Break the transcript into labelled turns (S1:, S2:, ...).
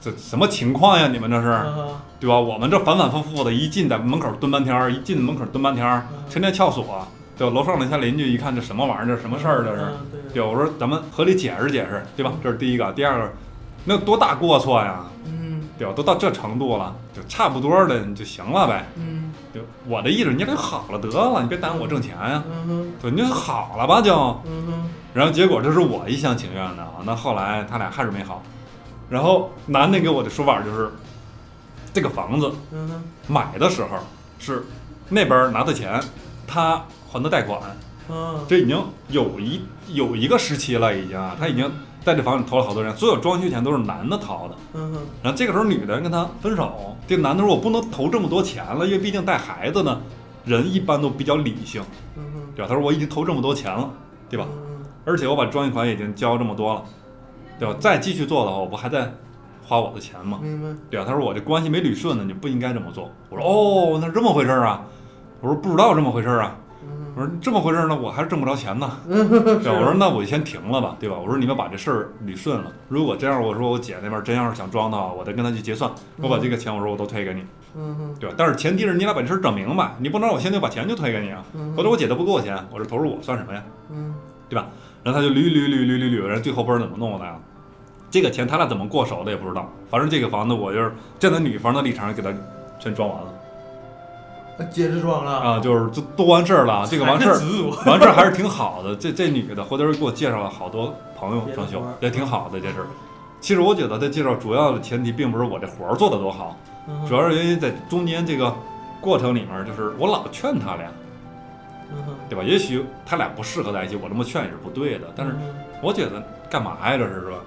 S1: 这什么情况呀？你们这是，
S2: 啊
S1: 对吧？我们这反反复复的，一进在门口蹲半天儿，一进门口蹲半天儿，天天撬锁，对吧？楼上楼下邻居一看，这什么玩意儿？这什么事儿？这是，
S2: 嗯对
S1: 对吧，我说咱们合理解释解释，对吧？这是第一个，第二个，那有多大过错呀？
S2: 嗯
S1: 对吧？都到这程度了，就差不多的你就行了呗。
S2: 嗯
S1: 就我的意思，你这好了得了，你别耽误我挣钱呀、
S2: 嗯哼
S1: 对，你就好了吧就。
S2: 嗯哼
S1: 然后结果这是我一厢情愿的啊，那后来他俩还是没好。然后男的给我的说法就是，这个房子
S2: 嗯哼
S1: 买的时候是那边拿的钱，他还的贷款，
S2: 嗯
S1: 这已经有一有一个时期了，已经啊，他已经在这房里投了好多人，所有装修钱都是男的掏的。
S2: 嗯哼
S1: 然后这个时候女的跟他分手，这男的说：“我不能投这么多钱了，因为毕竟带孩子呢，人一般都比较理性，
S2: 嗯哼
S1: 对吧？”他说：“我已经投这么多钱了，对吧？
S2: 嗯
S1: 而且我把装修款已经交这么多了，对吧？再继续做的话，我不还在花我的钱吗？
S2: 明白
S1: 对吧？”他说：“我这关系没捋顺呢，你不应该这么做。”我说：“哦，那是这么回事儿啊。”我说：“不知道这么回事儿啊。”
S2: 嗯
S1: 我说：“这么回事儿呢，我还是挣不着钱呢。”对吧，我说那我就先停了吧，对吧？我说你们把这事儿捋顺了。如果这样，我说我姐那边真要是想装的话，我再跟她去结算，我把这个钱我说我都退给你，
S2: 嗯哼
S1: 对吧？但是前提是你俩把这事儿整明白，你不能让我现在就把钱就退给你啊，
S2: 嗯
S1: 否则我姐都不给我钱，我这投入我算什么呀，
S2: 嗯
S1: 对吧？然后他就捋捋捋捋捋捋，然后最后不知道怎么弄的呀。这个钱他俩怎么过手的也不知道，反正这个房子我就是站在女方的立场上给他全装完了
S2: 啊解释装了
S1: 啊，就是就都完事儿了，这个完事
S2: 还
S1: 儿
S2: 是执着
S1: 完事儿还是挺好的。这这女的回头给我介绍了好多朋友装修，也挺好的这事儿。其实我觉得他介绍主要的前提并不是我这活儿做的多好，
S2: 嗯哼
S1: 主要是因为在中间这个过程里面，就是我老劝他俩，
S2: 嗯哼
S1: 对吧？也许他俩不适合在一起，我这么劝也是不对的。但是
S2: 嗯哼
S1: 我觉得干嘛呀？这是是吧？